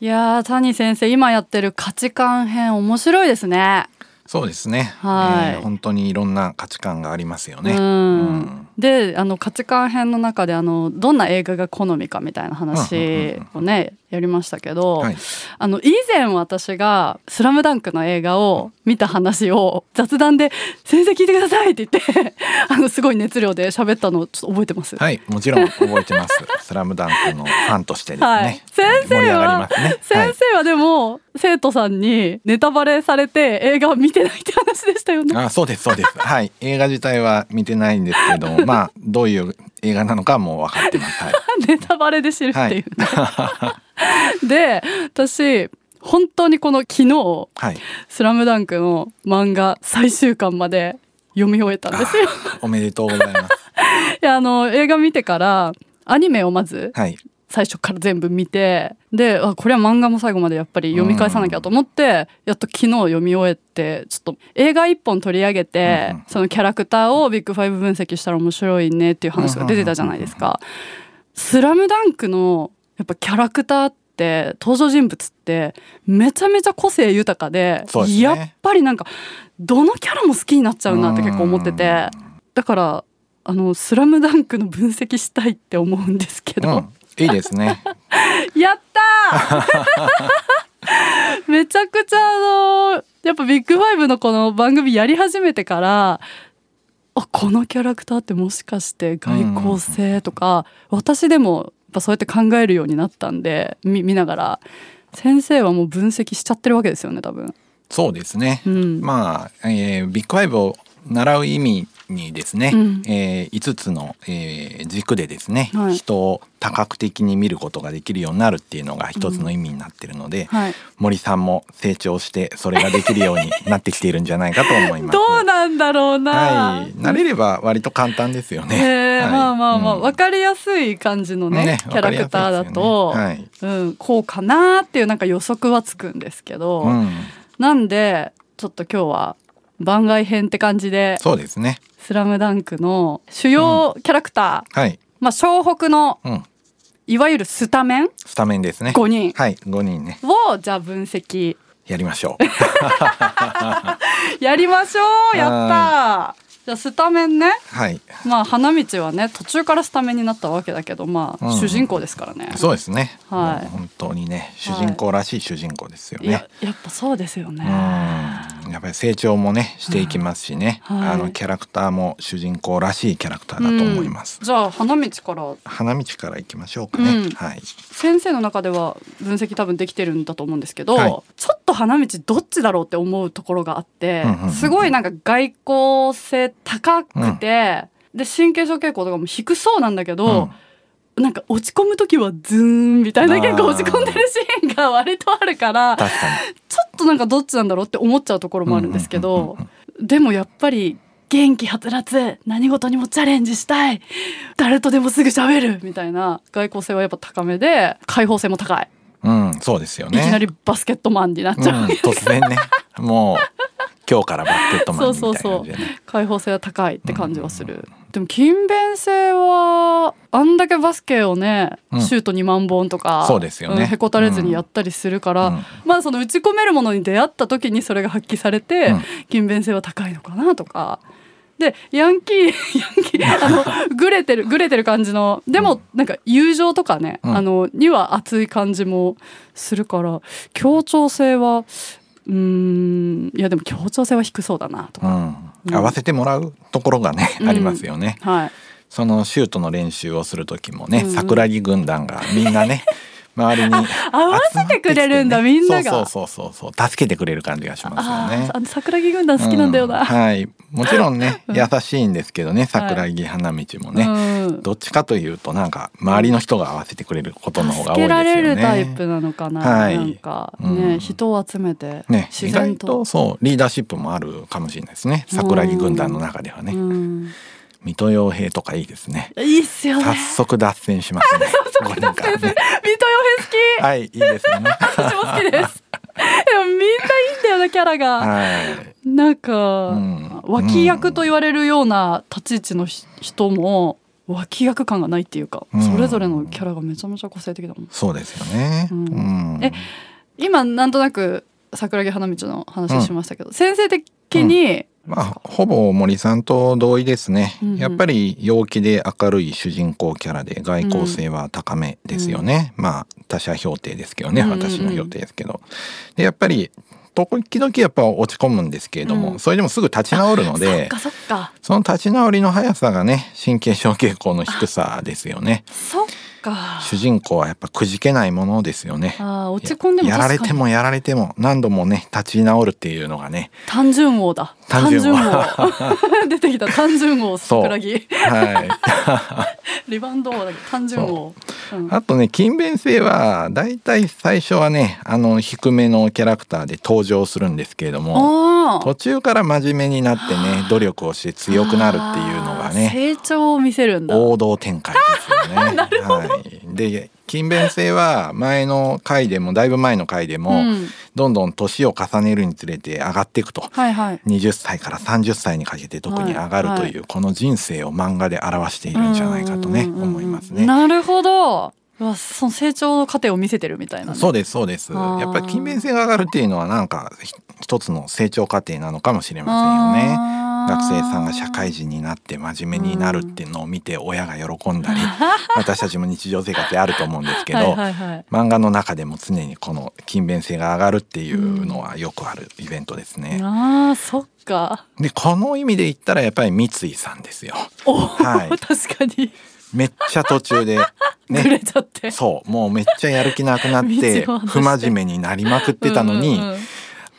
いやー谷先生今やってる価値観編面白いですね。そうですね、はいえー本当にいろんな価値観がありますよね、うんうんであの価値観編の中であのどんな映画が好みかみたいな話をねやりましたけど、はいあの以前私が「スラムダンクの映画を見た話を雑談で「先生聞いてください」って言って あのすごい熱量で喋ったのをちょっと覚えてます。はいもちろん覚え てます「スラムダンクのファンとしてですね、はい先生は盛り上がりますねはい先生はでも、生徒さんにネタバレされて映画を見てないって話でしたよね。あそうですそうですはい映画自体は見てないんです けどもまあどういう映画なのかはもう分かってますはい ネタバレで知るっていうね、 で私本当にこの昨日はい「スラムダンクの漫画最終巻まで読み終えたん ですよ。おめでとうございますいやあの映画見てからアニメをまずはい最初から全部見てであこれは漫画も最後までやっぱり読み返さなきゃと思って、やっと昨日読み終えてちょっと映画一本取り上げて、うんうんそのキャラクターをビッグファイブ分析したら面白いねっていう話が出てたじゃないですか。スラムダンクのやっぱキャラクターって登場人物ってめちゃめちゃ個性豊かでそうですねやっぱりなんかどのキャラも好きになっちゃうなって結構思っててだからあの「スラムダンクの分析したいって思うん ですけうど、んいいですねやったー めちゃくちゃあのやっぱビッグファイブのこの番組やり始めてからあこのキャラクターってもしかして外交性とか、私でもやっぱそうやって考えるようになったんで見見ながら先生はもう分析しちゃってるわけですよね多分。そうですね、うんまあ、えービッグファイブを習う意味にですね、うんえ5つの、えー軸でですね、はい人を多角的に見ることができるようになるっていうのが一つの意味になってるので、はい、森さんも成長してそれができるようになってきているんじゃないかと思います。どうなんだろうな、はい、慣れれば割と簡単ですよね。えーはいまあまあまあ、うん分かりやすい感じのねねキャラクターだと、わかりやすいでうん、こうかなっていうなんか予測はつくんですけど、うん、なんでちょっと今日は番外編って感じでそうですね。 「スラムダンクの主要キャラクター、はい、まあ湘北のうん、いわゆるスタメンスタメンですね。 5人はい、五人ね、をじゃあ分析やりましょう。やりましょうやったーじゃあスタメンねはい、まあ花道はね途中からスタメンになったわけだけどまあうん主人公ですからね。そうですね。はいもう本当にね、主人公らしい主人公ですよいやね。やっぱそうですよね。うん、やっぱり成長もね、していきますしね。うんはいあのキャラクターも主人公らしいキャラクターだと思いますうん。じゃあ花道から花道から行きましょうかね。うんはい。先生の中では分析多分できてるんだと思うんですけど、はいちょっと花道どっちだろうって思うところがあって、うんうんうんすごいなんか外交性高くて、で神経症傾向とかも低そうなんだけど、なんか落ち込む時はズーンみたいあなー結構落ち込んでるシーンが割とあるからちょ確かっとなんかどっちなんだろうって思っちゃうところもあるんですけうんうんうどんうん、でもやっぱり元気はつらつ何事にもチャレンジしたい誰とでもすぐ喋るみたいな外交性はやっぱ高めで開放性も高い。に。うん、そうですよいね。きなりバスケットマンになっうんちゃう、突然ね、もう今日からバスケットマンみたいなそうそ感うじそでね。開放性が高いって感じはする、でも勤勉性はあんだけバスケをね、うんシュート2万本とかそうですよねんへこたれずにやったりするから、うんまあその打ち込めるものに出会った時にそれが発揮されて、うん勤勉性は高いのかなとか。でヤンキー ヤンキーあのグレてるグレてる感じのでもなんか友情とかね、うんあのには熱い感じもするから協調性はうーんいやでも協調性は低そうだなとうか、ん、合わせてもらうところがね、うんありますよね。はいそのシュートの練習をする時もね、うんうん桜木軍団がみんなね周りに合わせてくれるんだ集まってきてねみんながそうそうそうそう助けてくれる感じがしますよあねーあの桜木軍団好きなんだような、はいもちろんね うん優しいんですけどね桜木花道もね、うんどっちかというとなんか周りの人が合わせてくれることの方が助多けらいですよねれるタイプなのかな、はいなんかね、うん人を集めてね、自意外然とと。そうリーダーシップもあるかもしれないですね桜木軍団の中ではね、うん水戸洋平とかいいですねいいっすよね。早速脱線します ね早速脱線五人からね水戸洋はいいいで すよね平好き。私も好き です。でもみんないいんだよなキャラが。はいなんか、うん脇役と言われるような立ち位置のひ人も脇役感がないっていうか、うんそれぞれのキャラがめちゃめちゃ個性的だもんそうですよね。ううんん。え今なんとなく桜木花道の話しましたけど、先生的に、まあ、ほぼ森さんと同意ですね、うんうんやっぱり陽気で明るい主人公キャラで外交性は高めですよね、まあ他者評定ですけどね、うんうんうん私の評定ですけどでやっぱり時々やっぱ落ち込むんですけれども、うんそれでもすぐ立ち直るのそっでかそっかその立ち直りの速さがね神経症傾向の低さですよねそっか主人公はやっぱくじけないものですよねあー落ち込んでもや確かやらにれてもやられても何度もね立ち直るっていうのがね単純王だ単純王単純 王出てきた単純王そう桜木はいリバウンド王だけど単純王うんあとね勤勉性はだいたい最初はねあの低めのキャラクターで登場するんですけれどもあー途中から真面目になってね努力をして強くなるっていうのがあねー成長を見せるんだ王道展開です よね。はい、で勤勉性は前の回でもだいぶ前の回でも、うんどんどん年を重ねるにつれて上がっていくと。はいはい20歳から30歳にかけて特に上がるとはいいうこの人生を漫画で表しているんじゃないかとねうんうんうんうん思いますね。なるほどうわその成長の過程を見せてるみたいなね、そうですそうですあーやっぱり勤勉性が上がるっていうのはなんかひ一つの成長過程なのかもしれませんよねあー学生さんが社会人になって真面目になるっていうのを見て親が喜んだ り私たちも日常生活であると思うんですけど、はいはいはい漫画の中でも常にこの勤勉性が上がるっていうのはよくあるイベントですね。あーそっかでこの意味で言ったらやっぱり三井さん ですよ。お、はい確かにめっちゃ途中で ねぐれちゃって、そうもうめっちゃやる気なくな って道を外して不真面目になりまくってたのに。うんうんうん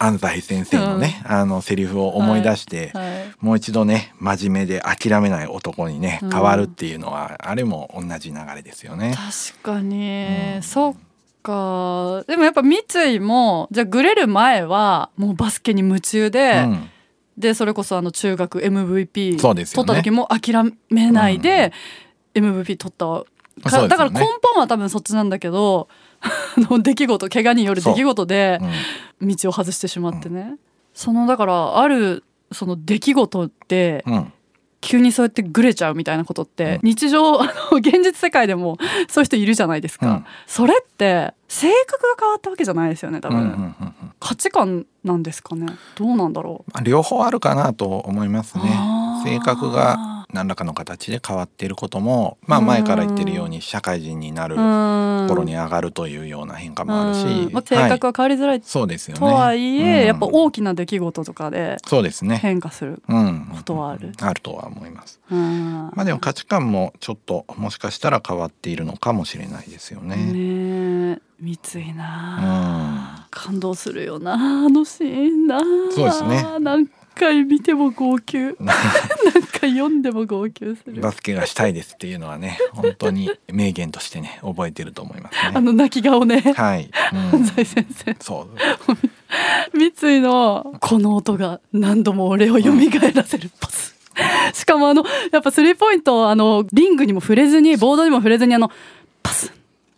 安西先生のね、あのセリフを思い出して、はいもう一度ね真面目で諦めない男にねうん変わるっていうのは、あれも同じ流れですよね。確かに、うんそっかでもやっぱ三井もじゃあグレる前はもうバスケに夢中うで、ん、でそれこそあの中学 MVP そ取うでっすよたね時も諦めないで MVP 取ったわかそうですよねだから根本は多分そっちなんだけど あの出来事怪我による出来事でうん道を外してしまってね、そのだからあるその出来事ってうん急にそうやってグレちゃうみたいなことって、うん日常あの現実世界でもそういう人いるじゃないですか、うんそれって性格が変わったわけじゃないですよね多うんう分、んうんうん価値観なんですかねどうなんだろまあ両方あるかなと思いますねあー性格が何らかの形で変わっていることも、まあ、うん前から言ってるように社会人になうるうん頃に上がるというような変化もあるし、うんまあ、性格はい、は変わりづらいそうですよねとはいえ、うんやっぱ大きな出来事とかでそうですね変化する、こことはあるあるとは思います。うんまあでも価値観もちょっともしかしたら変わっているのかもしれないですよね。ねえ三井うな、ん、感動するよなあのシーンなそうですね何回見ても号泣何回読んでも号泣する バスケがしたいですっていうのはね、本当に名言としてね覚えてると思いますあね。の泣き顔ねはい。うん安西先生そう。三井のこの音が何度も俺を蘇らせるパスしかもあのやっぱスリーポイントあのリングにも触れずにボードにも触れずにあのパスっ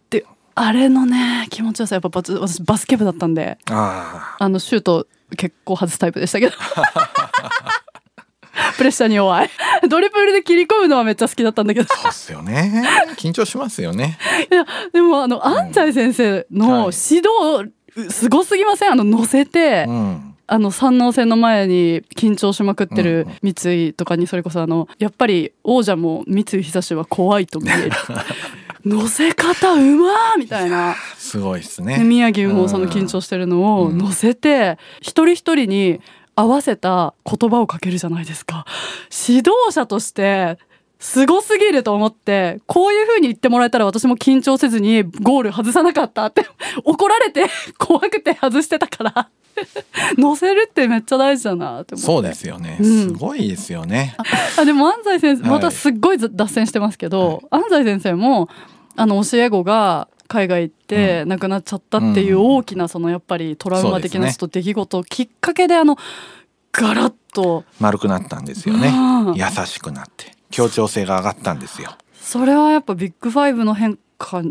てあれのね気持ちよさやっぱバツ私バスケ部だったんでああのシュート結構外すタイプでした けどプレッシャーに弱いドリブルで切り込むのはめっちゃ好きだったんだけどあ、そうっすよね。緊張しますよね。いやでもあの安西先生のはい指導、すごすぎませんあの乗せて、うん。あの山王戦の前に緊張しまくってるうん三井とかにそれこそあのやっぱり王者も三井久志は怖いと見 える乗せ方うまーみたいな、すごいですねね。宮城もその緊張してるのをうん乗せて、一人一人に合わせた言葉をかけるじゃないですか指導者としてすごすぎると思ってこういう風に言ってもらえたら私も緊張せずにゴール外さなかったって 怒られて怖くて外してたから 乗せるってめっちゃ大事だなって思ってそうですよね。うんすごいですよね。あでも安西先生はいまたすっごい脱線してますけど、安西先生もあの教え子が海外行って亡くなっちゃったっていううん大きなそのやっぱりトラウマ的そうなちょっですねと出来事をきっかけであのガラッと丸くなったんですよねうん。優しくなって協調性が上がったんですよ。それはやっぱビッグファイブの変化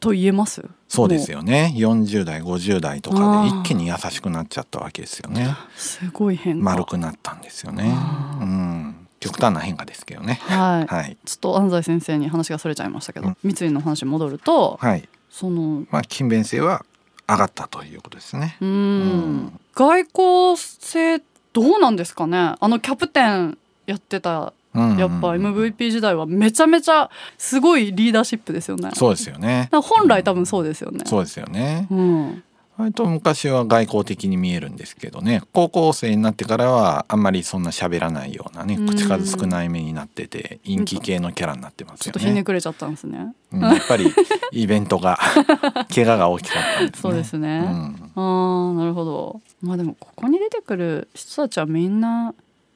と言えますそうですよよね40代50代とかであー一気に優しくなっちゃったわけですよねすごい変化丸くなったんですよね、うん、極端な変化ですけどね。はい、はい。ちょっと安西先生に話がそれちゃいましたけど、うん三井の話に戻ると、はい。そのまあ勤勉性は上がったということですね。ううんん外交性どうなんですかねあのキャプテンやってたうんやっぱ MVP 時代はめちゃめちゃすごいリーダーシップですよねそうですよね。だから本来多分そうですよねそうですよね。うん割と昔は外交的に見えるんですけどね高校生になってからはあんまりそんな喋らないようなねうん口数少ない目になってて陰気系のキャラになってますちょっよとひねね。くれちゃったんですねうんやっぱりイベント が怪我が大きかったんですね。そうですうね、んあーなるほどまあでもここに出てくる人たちはみんな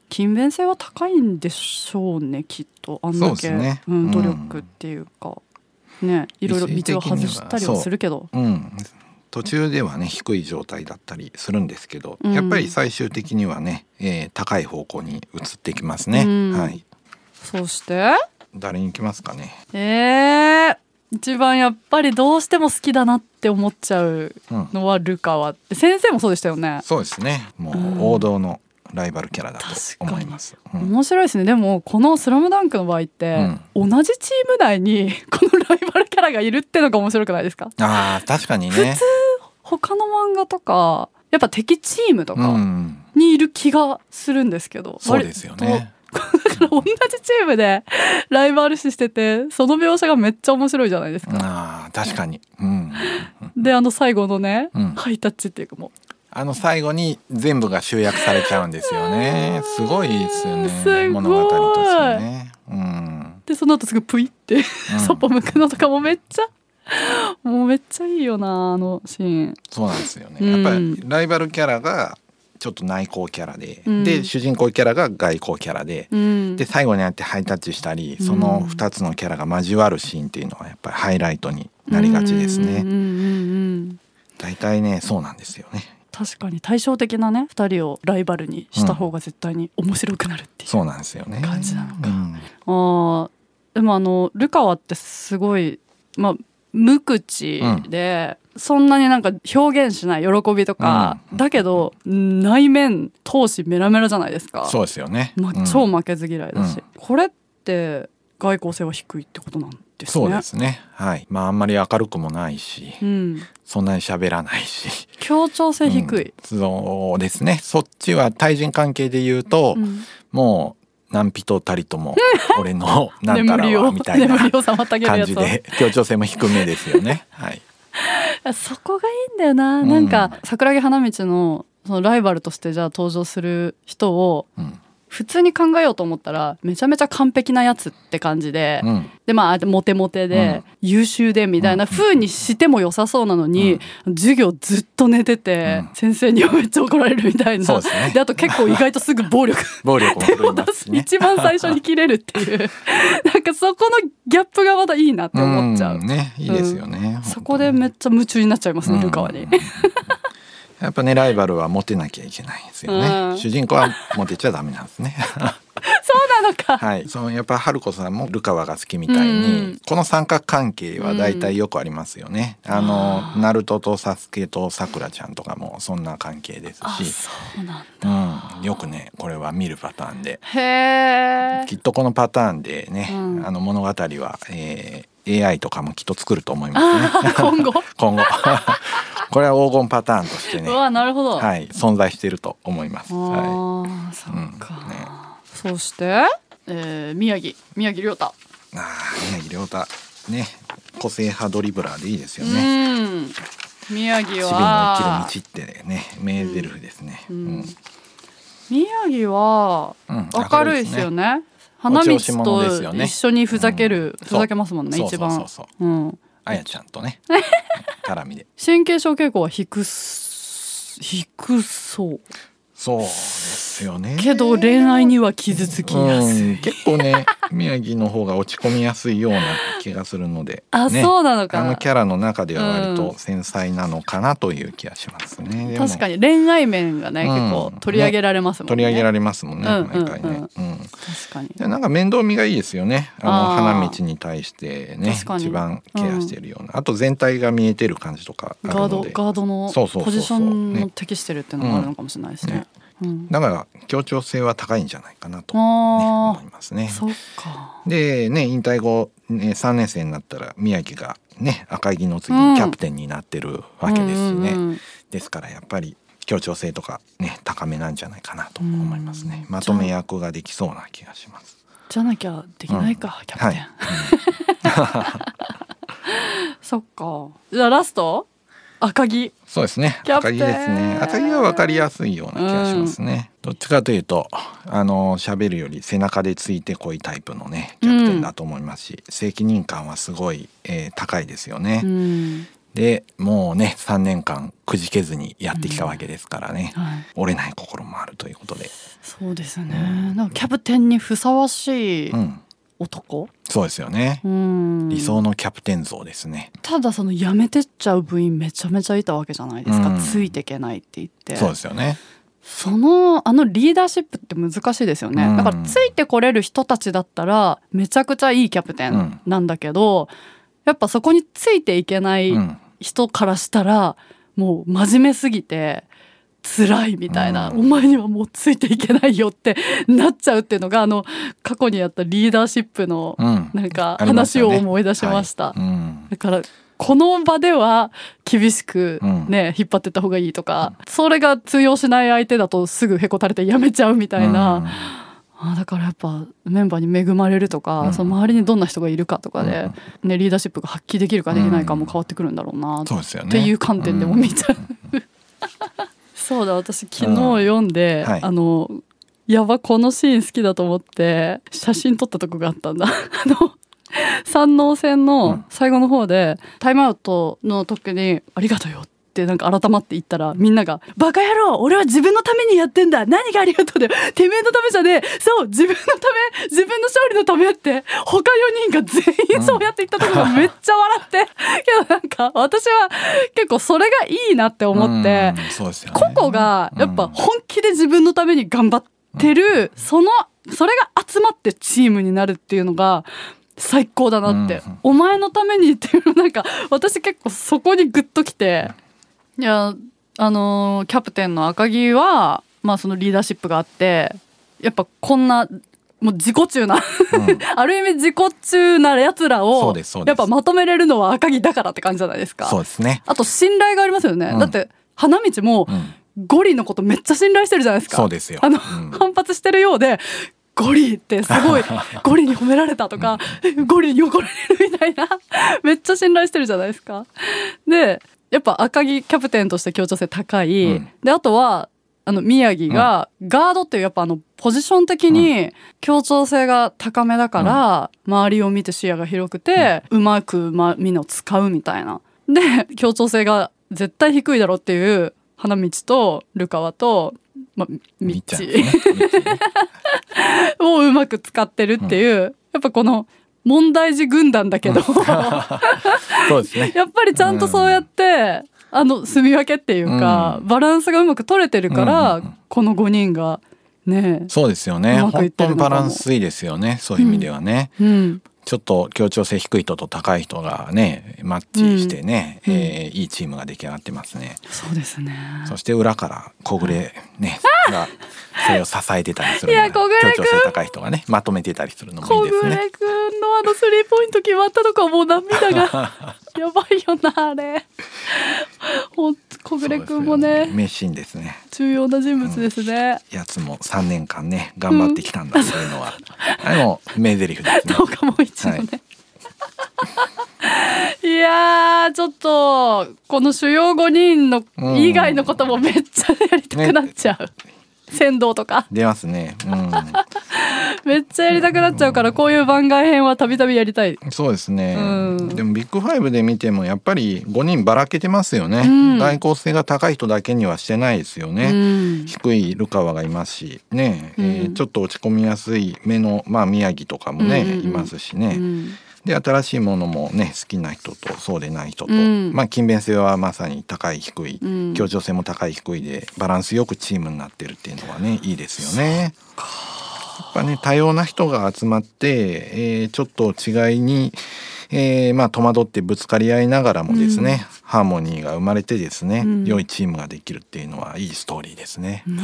勤勉性は高いんでしょうねきっとあんだそうでけすねうん、努う力んっていうか、ねいろいろ道を外したりはするけどうん、途中ではね低い状態だったりするんですけど、うんやっぱり最終的にはね、えー高い方向に移ってきますね、うんはいそうして誰に行きますかねえー、一番やっぱりどうしても好きだなって思っちゃううんのはルカワ先生もそうでしたよねそうですねもうんう王道のライバルキャラだと思います、うん面白いですねでもこの「スラムダンクの場合って、同じチーム内にこのライバルキャラがいるってのが面白くないですかあー確かにね他の漫画とかやっぱ敵チームとうかんにいる気がするんですけど、そうですよね割とだから同じチームで ライバル視しててその描写がめっちゃ面白いじゃないですか、あー確かに、うんであの最後のね、うんハイタッチっていうかもうあの最後に全部が集約されちゃうんですよねすごいですよねすごい物語としてねうんでその後すぐプイってうんそっぽ向くのとかもめっちゃもうめっちゃいいよなあのシーンそうなんですよね。うんやっぱりライバルキャラがちょっと内向キャラで、うんで主人公キャラが外向キャラで、うんで最後にあってハイタッチしたり、うんその2つのキャラが交わるシーンっていうのはやっぱりハイライトになりがちですうんね。うんうんうん大体ねそうなんですよね。確かに対照的なね2人をライバルにした方が絶対に面白くなるっていう、そうなんですよね。感じなのかうんあーでもあのルカワってすごいまあ無口で、そんなになんか表現しない喜びとか、うんだけど内面闘志メラメラじゃないですかそうですよね。まうんあ、超負けず嫌いだし、うんこれって外交性は低いってことなんですね。そうですね。はい。まああんまり明るくもないし、うん、そんなに喋らないし。協調性 低い。うんそうですね。そっちは対人関係で言うと、うんもう何人たりと も俺のなんた眠らりをはみたいな眠りを妨げる感やじつで協調性も低めですよね。はい。あそこがいいんだよな、うんなんか桜木花道のそのライバルとしてじゃあ登場する人をうん。普通に考えようと思ったらめちゃめちゃ完璧なやつって感じで、 うん。でまあモテモテで、優秀でみたいな風にしても良さそうなのに、授業ずっと寝てて、うん先生にはめっちゃ怒られるみたいなそうですねであと結構意外とすぐ暴 力暴力も振手るをいま出すす、し ね。一番最初に切れるっていう なんかそこのギャップがまたいいなって思っちゃう、んね。いいですよね。そこでめっちゃ夢中になっちゃいますね、 ルカワにうん。やっぱねライバルはモテなきゃいけないですようね。ん主人公はモテちゃダメなんですね。そうなのか、はい。そのやっぱ春子さんもルカワが好きみたいに、うんこの三角関係は大体よくありますよね。あのナルトとサスケとさくらちゃんとかもそんな関係ですあし。そうなんうん、よくねこれは見るパターンで へえきっとこのパターンでね、うんあの物語は、えー AI とかもきっと作ると思いますねあー今後今後 これは黄金パターンとしてねうわなるほど、あはい存在していると思います、あはーそっか、うんそねして、えー、宮城宮城亮太、い、あー宮城亮太ね個性派ドリブラーでいいですよねうん宮チビ城のは生きる道ってね名ゼルフですね、ううんん宮城はうん明るいですよねねお花調道子者ですよとね一緒にふざける、うんふざけますもんねそう一そ番うそううんあやちゃん とね絡みで神経症傾向は低す低そうそうですよねけど恋愛には傷つきやすい、うん結構ね宮城の方が落ち込みやすいような気がするので、あ、ね、そうなのかあなのキャラの中では割うとん繊細なのかなという気がしますね。でも確かに恋愛面がね、うん結構取り上げられますもんね取り上げられますもんね、うんうんうん毎回ね。うん確かにでなんか面倒見がいいですよね。あのあー花道に対してね確かに一番ケアしているような、あと全体が見えてる感じとかあるガーのドで、ガードのそうそうそうそうポジションねの適してるっていうのもあるのかもしれないですねねうんだから協調性は高いんじゃないかなと、ね、あ思いますねあ、。そっか。でね引退後、ね、3年生になったら宮城がね赤城の次うんにキャプテンになってるわけですしうんね、うんうんですからやっぱり協調性とかね高めなんじゃないかなと思いますね、うんまとめ役ができそうな気がします。じゃなきゃできないか、キャプテン。はい そっか。じゃあラスト赤城。そうですねキャプ赤テン城ですね赤城は分かりやすいような気がしますね、どっちかというとあの喋るより背中でついてこいタイプのねキャプテンだと思いますし、責任感はすごい、えー高いですよね、うん。でもうね3年間くじけずにやってきたわけですからね、はい。折れない心もあるということで、そうですね。なんかキャプテンにふさわしいうん、男。そうですよね、うん。理想のキャプテン像ですね、ただその辞めてっちゃう部員めちゃめちゃいたわけじゃないですか、うんついていけないって言ってそうですよねそのあのリーダーシップって難しいですよね、うんだからついてこれる人たちだったらめちゃくちゃいいキャプテンなんだけど、やっぱそこについていけないうん人からしたら、もう真面目すぎて辛いみたいな、うんお前にはもうついていけないよってなっちゃうっていうのがあの過去にやったリーダーシップのうんなんかありました話をよね思い出しました。はいうんだからこの場では厳しくうんね、引っ張ってった方がいいとか、それが通用しない相手だとすぐへこたれてやめちゃうみたいな、うんあだからやっぱメンバーに恵まれるとか、うんその周りにどんな人がいるかとかで、ね、リーダーシップが発揮できるかできないかも変わってくるんだろうな、そうですよねっていう観点でも見ちゃう。そうだ私昨日読んで、うんはいあのやばこのシーン好きだと思って写真撮ったとこがあったんだ。 あの山王戦の最後の方で、タイムアウトの時に「ありがとうよ」ってなんか改まって言ったらみんなが「バカ野郎俺は自分のためにやってんだ何がありがとうだよてめえのためじゃねえそう自分のため自分の勝利のため」って他4人が全員そうやって言ったとこがめっちゃ笑って、けどなんか私は結構それがいいなって思って、うんそうですよね個々がやっぱうん本気で自分のために頑張ってる、そのそれが集まってチームになるっていうのが最高だなって、うんお前のためにっていうなんか私結構そこにグッときていやあのーキャプテンの赤城はまあそのリーダーシップがあってやっぱこんなもう自己中なうん ある意味自己中なやつらそうをですそうやっですぱまとめれるのは赤城だからって感じじゃないですかそうですね、あと信頼がありますよね、うんだって花道もうん、ゴリのことめっちゃ信頼してるじゃないですか。そうですよあの、うん反発してるようで、ゴリってすご い、ゴリに褒められたとか、ゴリに怒られるみたいな、めっちゃ信頼してるじゃないですか。で、やっぱ赤木キャプテンとして協調性高い。うんで、あとは、あの宮城がガードっていうやっぱあのポジション的に協調性が高めだから周りを見て視野が広くてうまくまみんなを使うみたいな。で協調性が絶対低いだろうっていう花道とルカワと、まあ、ミッみっちゃんチですねみっちーね をうまく使ってるっていう、やっぱこの問題児軍団だけど そうですねやっぱりちゃんとそうやって、あの住み分けっていうか、うバランスがうまく取れてるから、うんうんうんこの5人がねそうですよねうまくいっ本て当るのにかもバランスいいですよねそういう意味ではね、え、うん、ちょっと協調性低い人と高い人がねマッチしてね、うんえーいいチームが出来上がってますね、そうですね。そして裏から小暮ねがそれを支えてたりするいや小暮君協調性高い人がねまとめてたりするの小もいいですね暮くんのあのスリーポイント決まったとかもう涙がやばいよなあれほんと小暮くんもそうですよね名シーンですね重要な人物ですね、やつも3年間ね頑張ってきたんだっていうのは、あれも名台詞ですね どうかもう一度ね、 い、やーちょっとこの主要5人のうん以外のこともめっちゃやりたくなっちゃう、先導とか出ますねうめっちゃやりたくなっちゃうからこういう番外編はたびたびやりたいんそうですね、うんでもビッグファイブで見てもやっぱり5人ばらけてますよね、うん外交性が高い人だけにはしてないですよね、うん低いルカワがいますしね、えーうんちょっと落ち込みやすい目の、まあ、宮城とかもね、うんうんうんいますしね、うんで新しいものもね好きな人とそうでない人と、うんまあ勤勉性はまさに高い低い、うん協調性も高い低いでバランスよくチームになってるっていうのはねいいですよね。やっぱね多様な人が集まって、えーちょっと違いに、えーまあ、戸惑ってぶつかり合いながらもですね、ハーモニーが生まれてですね、うん良いチームができるっていうのはいいストーリーですね。うん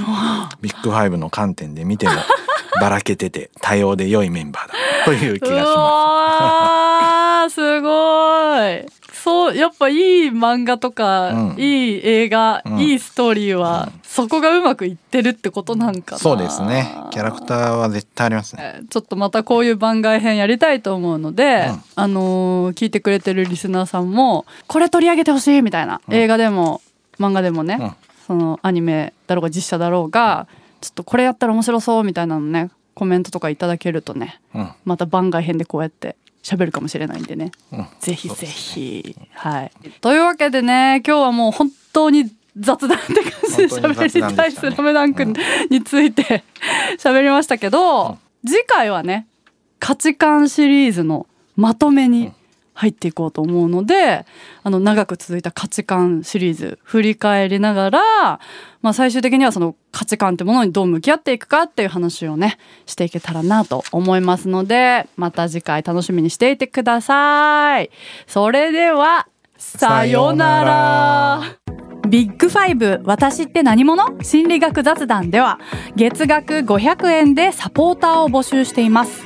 ビッグファイブの観点で見ても ばらけてて多様で良いメンバーだという気がしうまわーすごいそうやっぱいい漫画とか、うんいい映画、うんいいストーリーは、そこがうまくいってるってことなんかなす。そうですね。キャラクターは絶対ありますね。えーちょっとまたこういう番外編やりたいと思うので、うんあのー聞いてくれてるリスナーさんもこれ取り上げてほしいみたいな、うん映画でも漫画でもね、うんそのアニメだろうが実写だろうがちょっとこれやったら面白そうみたいなのねコメントとかいただけるとねうん、また番外編でこうやって喋るかもしれないんでねうん、ぜひぜひ、はいというわけでね今日はもう本当に雑談って感じで本当に雑談で喋したねりたい「スラムダンクについて喋りましたけど、次回はね価値観シリーズのまとめに入っていこうと思うのであの長く続いた価値観シリーズ振り返りながら、まあ、最終的にはその価値観ってものにどう向き合っていくかっていう話をねしていけたらなと思いますのでまた次回楽しみにしていてください。それではさようなら。ビッグファイブ私って何者心理学雑談では月額500円でサポーターを募集しています